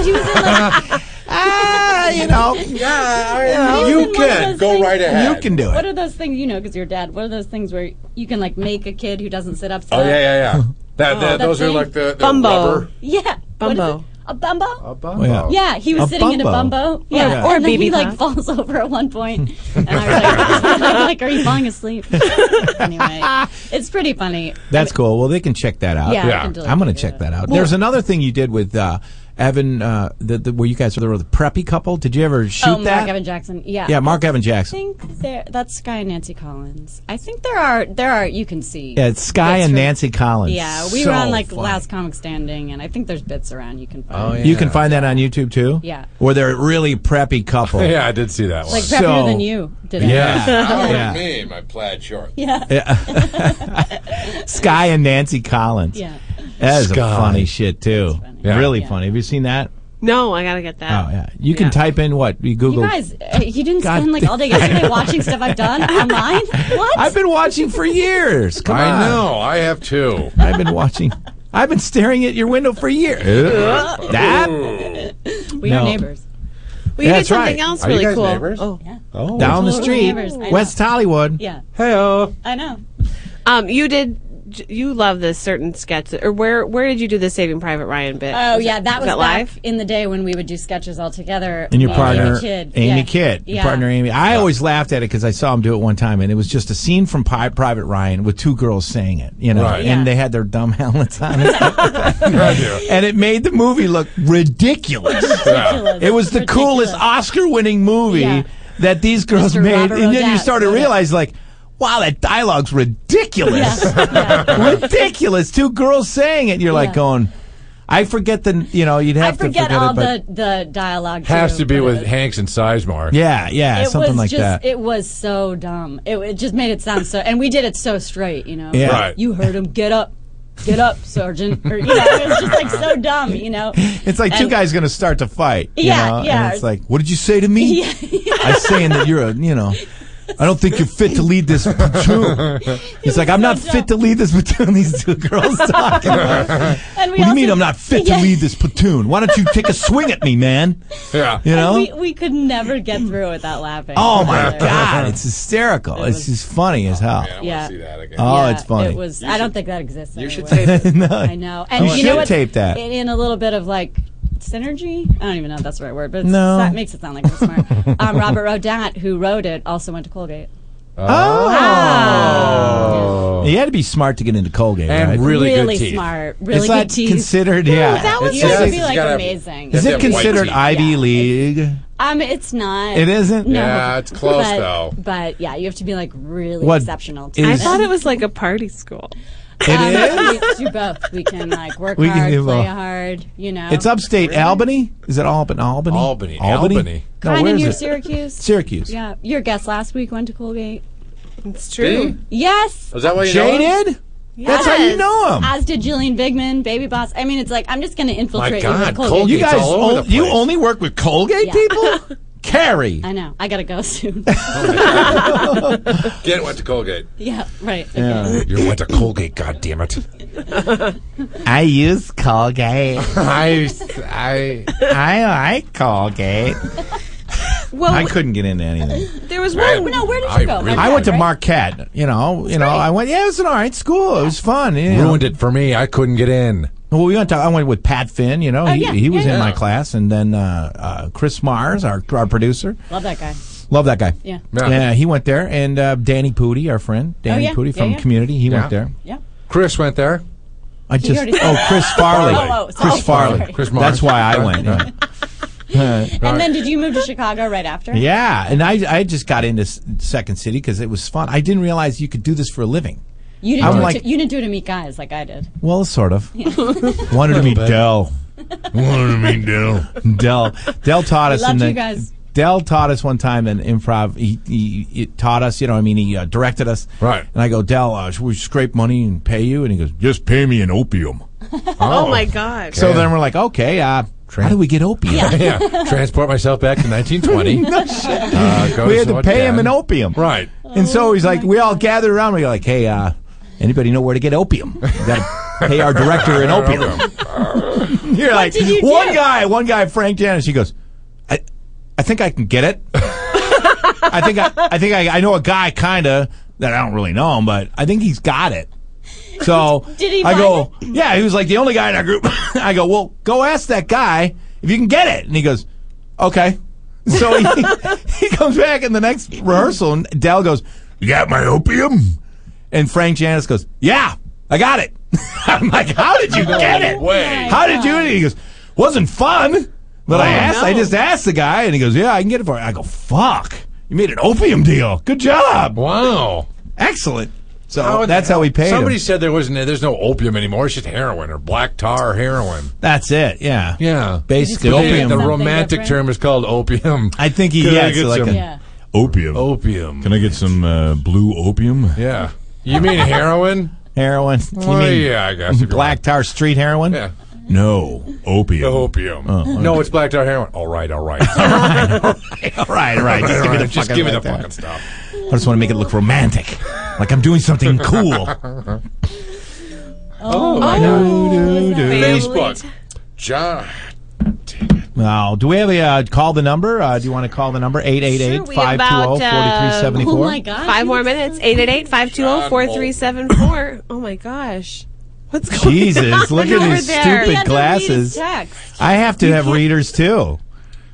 he was in like,
ah, you know.
Yeah,
He was in one of those things-
You can do
What
it.
are those things? You know, because you're dad. What are those things where you can like make a kid who doesn't sit up? Sit
Oh
up?
yeah, yeah, yeah. That,
Oh,
that-
that
those are
thing.
like the, the
Bumbo.
rubber.
Yeah. What is
Bumbo.
it? A bumbo?
Bumbo.
yeah.
yeah, he was
A
sitting in a
bumbo. Oh,
bumbo. Yeah.
yeah.
Or a
and then
baby
he like
cock.
falls over at one point, and I was like, I'm like, are you falling asleep? anyway, it's pretty funny.
That's cool. Well, they can check that out.
Yeah,
Yeah.
I can totally
Uh, I'm going to
figure
check
it
that out. There's another thing you did with uh, Evan, uh, the, the, where you guys were the preppy couple. Did you ever shoot
Oh, Mark
that?
Evan Jackson. Yeah.
Yeah, Mark Evan
I
Jackson.
think there, that's Sky and Nancy Collins. I think there are there are you can see.
Yeah, it's Sky
bits
and
from-
Nancy Collins.
Yeah, we
So
were on like
funny.
Last Comic Standing, and I think there's bits around you can find.
Oh, yeah.
You can find that on YouTube too.
Yeah.
where they're a really preppy couple.
Yeah, I did see that one.
Like
So-
preppier than you did. it?
Yeah.
I
Yeah.
me in my plaid shorts.
Sky and Nancy Collins.
Yeah.
That is
Sky.
a funny shit too.
Yeah.
Really
Yeah.
funny. Have you seen that?
No, I gotta get that.
Oh yeah. You can type in what you Google.
You guys, uh, you didn't
God
spend like all day yesterday watching stuff I've done online. What?
I've been watching for years. Come on.
I know. I have two.
I've been watching. I've been staring at your window for years. that
we
No.
are neighbors.
Well, you
That's
did something
right.
else
Are you
really
guys
cool.
neighbors?
Oh,
Yeah.
Oh. Down the
Absolutely.
street,
Neighbors, I know.
West Hollywood.
Yeah.
Hey,
I know.
Um, you did. You love this certain sketch, or where where did you do the Saving Private Ryan bit?
Oh yeah, that was
that
back
live.
in the day when we would do sketches all together.
And your
Me
partner,
Amy Kidd.
Amy
Oh, yeah.
Kidd.
Yeah.
Your partner, Amy. I always laughed at it because I saw him do it one time, and it was just a scene from Pi- Private Ryan with two girls saying it, you know,
Right.
and they had their dumb helmets on. and stuff like that. and it made the movie look ridiculous.
Ridiculous.
It was the coolest Oscar-winning movie
Yeah.
that these girls
Mr.
made,
Robert
and then you
Rodette
started to
wrote it.
realize, like, wow, that dialogue's ridiculous, ridiculous. Two girls saying it, and you're like
Yeah.
going. I forget the, you know, you'd have
I forget,
to forget
all
it, but
the the dialogue.
Has
too,
to
but
be
it
with
was-
Hanks and Sizemore.
Yeah, yeah,
it
something
was
like
just,
that.
It was so dumb. It, it just made it sound so, and we did it so straight, you know.
Yeah. Right.
You heard him. Get up, get up, sergeant. Or, you know, it was just like so dumb, you know.
It's like two
And-
guys going to start to fight. you
Yeah,
know?
yeah.
And it's like, what did you say to me?
Yeah.
I was saying that you're a, you know, I don't think you're fit to lead this platoon. He's like, I'm not fit to lead this platoon. These two girls talking. About.
And
what
we
do you
also-
mean I'm not fit to
Yeah.
lead this platoon? Why don't you take a swing at me, man? Yeah. You know?
And we, we could never get through without laughing.
oh my god, it's hysterical. it's just funny as hell.
yeah.
Oh,
Yeah,
it's funny.
It was. I don't think that exists. You
should tape it. No.
I know. And
You
you,
should
know what?
tape that.
In, in a little bit of like synergy. I don't even know if that's the right word, but it's,
No.
that makes it sound like we're smart. um, Robert Rodant, who wrote it, also went to Colgate. Ah!
Oh.
Oh.
You had to be smart to get into Colgate,
And
right?
really
Really smart. Really
Is
good
that
teeth. Oh,
considered? Yeah,
that was
It's
supposed to
just-
be like amazing.
Is it considered Ivy League?
Um, it's not.
It isn't?
No.
Yeah, it's close,
but,
though.
But yeah, you have to be like really
What
exceptional.
is- I thought it
was like a party school.
It is?
We do both. We can like work
We can
hard,
do
play
both.
hard. You know,
It's upstate Albany. Is it Albany? Albany. Albany.
Albany.
No,
kind
where
of
is
near
it?
Syracuse.
Syracuse.
Yeah, your guest last week went to Colgate. It's
true. Did he?
Yes.
Is that why you know
Jay
him?
did? That's how you know him.
As did Jillian Bigman, Baby Boss. I mean, it's like I'm just going to infiltrate you with Colgate.
you guys,
all over
on- you only work with Colgate
Yeah.
people. Carrie.
I know. I gotta go soon.
Get went to Colgate.
yeah. Right.
Yeah.
You went to Colgate, goddammit.
I use Colgate.
I, I,
I like Colgate.
Well,
I couldn't get into anything.
there was one.
No, where did you
I
go?
I went to Marquette. You know, you know. I went. Yeah, it was an all right school. It was fun. You know.
Ruined it for me. I couldn't get in.
Well, we went to. I went with Pat Finn. You know,
Oh,
he,
yeah,
he was
yeah,
in
yeah.
my class, and then uh, uh, Chris Mars, our our producer.
Love that guy.
Love that guy.
Yeah. Oh,
Yeah, he went there, and uh, Danny Pudi, our friend Danny
yeah,
Pudi
yeah,
from
yeah.
Community, he
Yeah.
went there.
Yeah.
Chris went there.
I
He
just
already said
oh
that.
Chris Farley,
Oh, oh, sorry.
Chris Farley,
Sorry.
Chris Mars.
That's why I went. yeah. Uh,
And then did you move to Chicago right after?
yeah, and I I just got into S- Second City because it was fun. I didn't realize you could do this for a living.
You didn't.
I'm
do it
like-
to, you didn't do it to meet guys like I did.
Well, sort of. Wanted to meet Dell. Wanted to meet Dell. Dell. Dell taught us.
Loved
in the,
you guys.
Dell taught us one time in improv. He, he, he taught us, you know, I mean, he uh, directed us.
Right.
And I go, Dell, uh, should we scrape money and pay you? And he goes, just pay me an opium.
Oh, my god!
So then we're like, okay, uh, how do we get opium?
yeah. Transport myself back to 1920. uh, go
we
to
had to
someone
pay him
can.
an opium.
Right.
And so he's like, we all gathered around. We are like, hey, uh, anybody know where to get opium? We gotta pay our director an opium. You're like,
did you
one
do?
guy, one guy, Frank Janis, he goes, I, I think I can get it. I think I, I think I, I know a guy kind of that I don't really know him, but I think he's got it. So
Did he
I
find
go, yeah, he was like the only guy in our group. I go, well, go ask that guy if you can get it. And he goes, okay. So he, he comes back in the next rehearsal and Dal goes, you got my opium? And Frank Janis goes, yeah, I got it. I'm like, how did you get it?
way.
How did you? do it?" He goes, wasn't fun. But I
Oh,
asked, I just asked the guy, and he goes, "Yeah, I can get it for you." I go, "Fuck, you made an opium deal. Good job,
Wow.
excellent." So
How in
that's
the
how we
hell-
paid
Somebody
him.
said there wasn't. There's no opium anymore. It's just heroin or black tar heroin.
That's it. Yeah,
Yeah.
basically
The, opium,
opium.
the
Something
romantic
different.
term is called opium.
I think he
Could I
yeah, it's
get
like
some-
a,
Yeah.
opium.
Oh. Opium.
I get some uh, blue opium?
yeah. You mean heroin?
Heroin. You
Well,
mean
yeah, I guess. if you
black tar street heroin?
want. Yeah.
No, opium.
The opium.
Oh, okay.
No, it's black tar heroin. All right, all right.
All right, all right. Just give me the
Just
fucking
give me the
black tar.
fucking stuff.
I just want to make it look romantic, like I'm doing something cool.
Oh, my God.
Facebook. John.
Now, do we have a uh, call the number? Uh, do you want to call the number? 888 520 4374?
Five more minutes. 888-520-4374. Oh my gosh. What's going on?
Jesus, look at
over
these
there?
stupid glasses. I have to have readers too.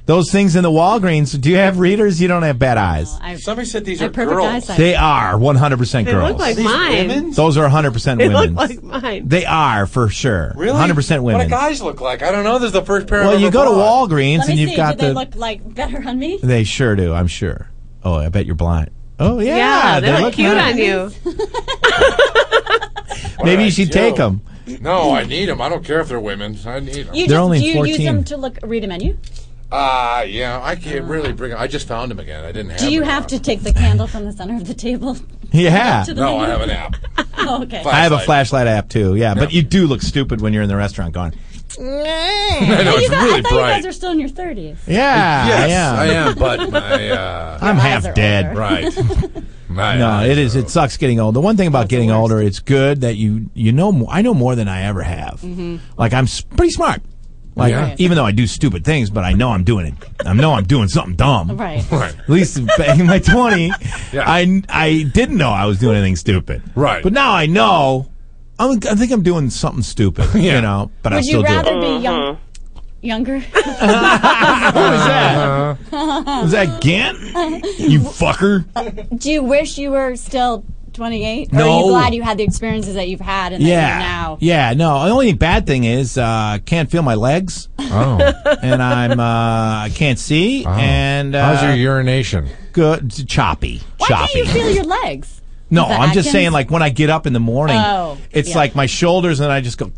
Those things in the Walgreens, do you have readers? You don't have bad eyes.
Somebody said these
I
are
have perfect
girls.
eyesight.
They are 100%
They
girls.
look like
These
mine.
women's?
Those are 100%
They
women.
look like mine.
They are for sure.
Really?
100%
What do
women.
guys look like? I don't know. This is the first pair.
Well,
I've
you
ever
go to
bought.
Walgreens
Let me
and you've
see.
got
Do they
the
look like better on me?
They sure do, I'm sure. Oh, I bet you're blind. Oh yeah,
Yeah, they, look, cute
nice.
on you.
Maybe you
I
should
do.
take them.
No, I need them. I don't care if they're women. I need them.
You
They're
just,
only
do you use
14.
them to look read a menu?
Ah, yeah. I can't really bring. 'em. I just found them again. I didn't have.
Uh-huh. Do you
them
have
on.
to take the candle from the center of the table?
Yeah,
To the
No, I
menu?
have an app.
Oh, okay.
I have a
flashlight.
flashlight app too. Yeah, but you do look stupid when you're in the restaurant going.
I know
Oh,
it's
you guys,
really
I thought you
bright.
guys are still in your thirties.
Yeah,
yes,
yeah.
I am. But my uh,
I'm
eyes
half
are
dead.
older.
right. My
No,
eyes
it is.
are-
It sucks getting old. The one thing about getting older, it's good that you you know. More, I know more than I ever have.
Mm-hmm.
Like I'm s- pretty smart. Like
Yeah.
even though I do stupid things, but I know I'm doing it. I know I'm doing something dumb.
Right.
Right.
At least back in my twenty,
Yeah.
I I didn't know I was doing anything stupid.
Right.
But now I know. I'm, I think I'm doing something stupid.
Yeah.
You know, but I
Would
still
you
do it.
rather be young,
Mm-hmm.
younger?
What was that? was that Gant? You fucker.
do you wish you were still 28? Or are
No.
you glad you had the experiences that you've had and that
Yeah.
you're now?
Yeah. No. The only bad thing is uh, can't feel my legs,
Oh,
and I'm uh, I can't see, and uh,
how's your urination?
good choppy,
Why
choppy.
can't you feel your legs?
no,
Is that
I'm just
Atkins?
saying like when I get up in the morning,
Oh,
it's
yeah.
like my shoulders, and I just go.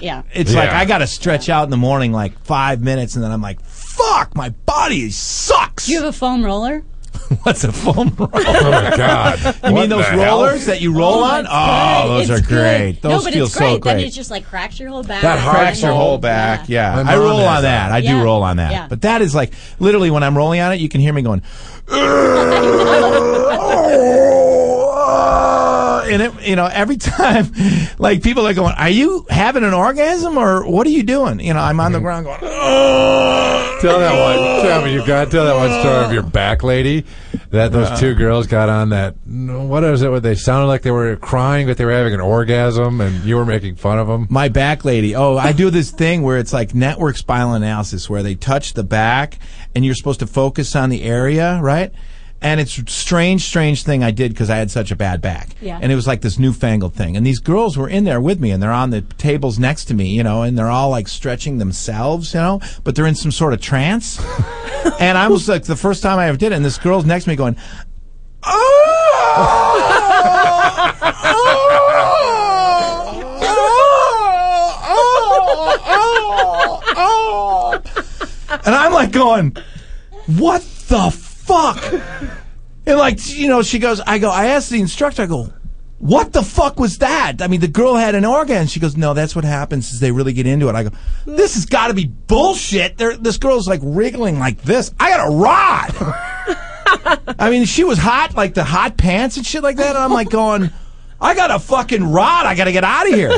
Yeah.
It's like
Yeah.
I got to stretch out in the morning like five minutes, and then I'm like, fuck, my body sucks.
Do you have a foam roller?
What's a foam roll?
Oh my God!
You mean those rollers that you roll on?
Right,
Oh, those
Oh,
are
it's
great.
good.
Those
no, but
feel
it's great.
so great.
Then it just like cracks your whole back.
That
and then-
hurts
cracks your whole back. Yeah,
My
I
mom
roll
has
on that.
that.
I
Yeah.
do roll on that.
Yeah.
But that is like literally when I'm rolling on it, you can hear me going, "Oh, ah." and it, you know, every time, like people are going, "Are you having an orgasm or what are you doing?" You know, I'm on the ground going,
Tell that one. Tell me, you got tell that one story of your back lady. That
Uh.
those two girls got on that. What is it? What they sounded like they were crying, but they were having an orgasm, and you were making fun of them.
my back lady. Oh, I do this thing where it's like network spinal analysis where they touch the back and you're supposed to focus on the area, right? And it's a strange, strange thing I did because I had such a bad back.
Yeah.
And it was like this newfangled thing. And these girls were in there with me and they're on the tables next to me, you know, and they're all like stretching themselves, you know, but they're in some sort of trance. and I was like, the first time I ever did it, and this girl's next to me going, oh, oh, oh, oh, oh. And I'm like going, what the fuck? And like, you know, she goes, I go, I asked the instructor, I go, what the fuck was that? I mean, the girl had an orgasm. She goes, no, that's what happens is they really get into it. I go, this has got to be bullshit. They're, this girl's like wriggling like this. I got a rod. I mean, she was hot, like the hot pants and shit like that. And I'm like going, I got a fucking rod. I got to get out of here.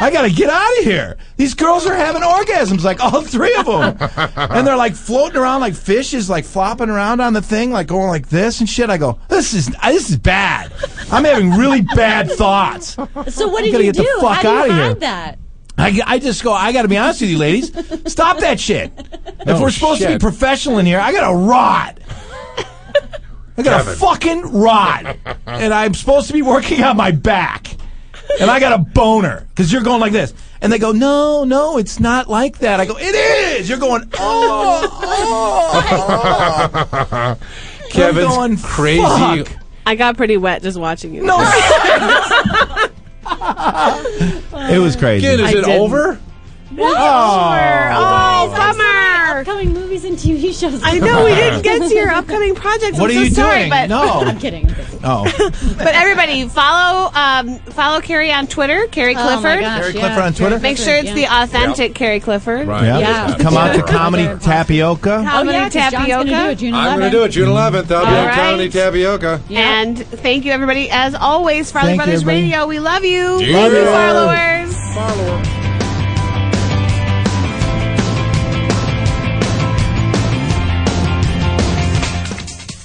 I got to get out of here. These girls are having orgasms, like all three of them. And they're like floating around like fishes, like flopping around on the thing, like going like this and shit. I go, this is, this is bad. I'm having really bad thoughts.
So what did
gotta
you
get the
do?
fuck
How do you
outta here.
hide that?
I, I just go, I got to be honest with you, ladies. Stop that shit. if
No
we're supposed to be
shit.
professional in here, I got a rod. I got a
Kevin.
fucking rod. and I'm supposed to be working on my back. And I got a boner because you're going like this. And they go, no, no, it's not like that. I go, it is. You're going, oh, oh.
Kevin's
going,
crazy.
"Fuck."
I got pretty wet just watching you.
No. it was crazy.
Kid, is
I
it
didn't.
over?
Oh,
Guys, I'm so into
bummer.
Upcoming movies and TV shows.
I know we didn't get to your upcoming projects.
What
I'm
are
so
you
sorry,
doing?
But,
no.
I'm kidding. I'm kidding.
Oh.
but everybody follow um, follow Carrie on Twitter, Carrie
Oh my
Clifford.
gosh,
Eric
yeah.
Clifford on Twitter?
Make sure it's the authentic Carrie Clifford.
Right.
Yeah.
Yeah.
Come out to
Yeah.
Comedy
Yeah.
Tapioca.
Oh,
Comedy
yeah, 'cause John's gonna
tapioca.
do it June
I'm going
11th.
to do it June 11th. I'll be
All
on County
right.
Tapioca.
And thank you, everybody, as always, Farley
Thank you,
Brothers
everybody.
Radio. We love you.
Yeah.
Thank you, followers.
Follow 'em.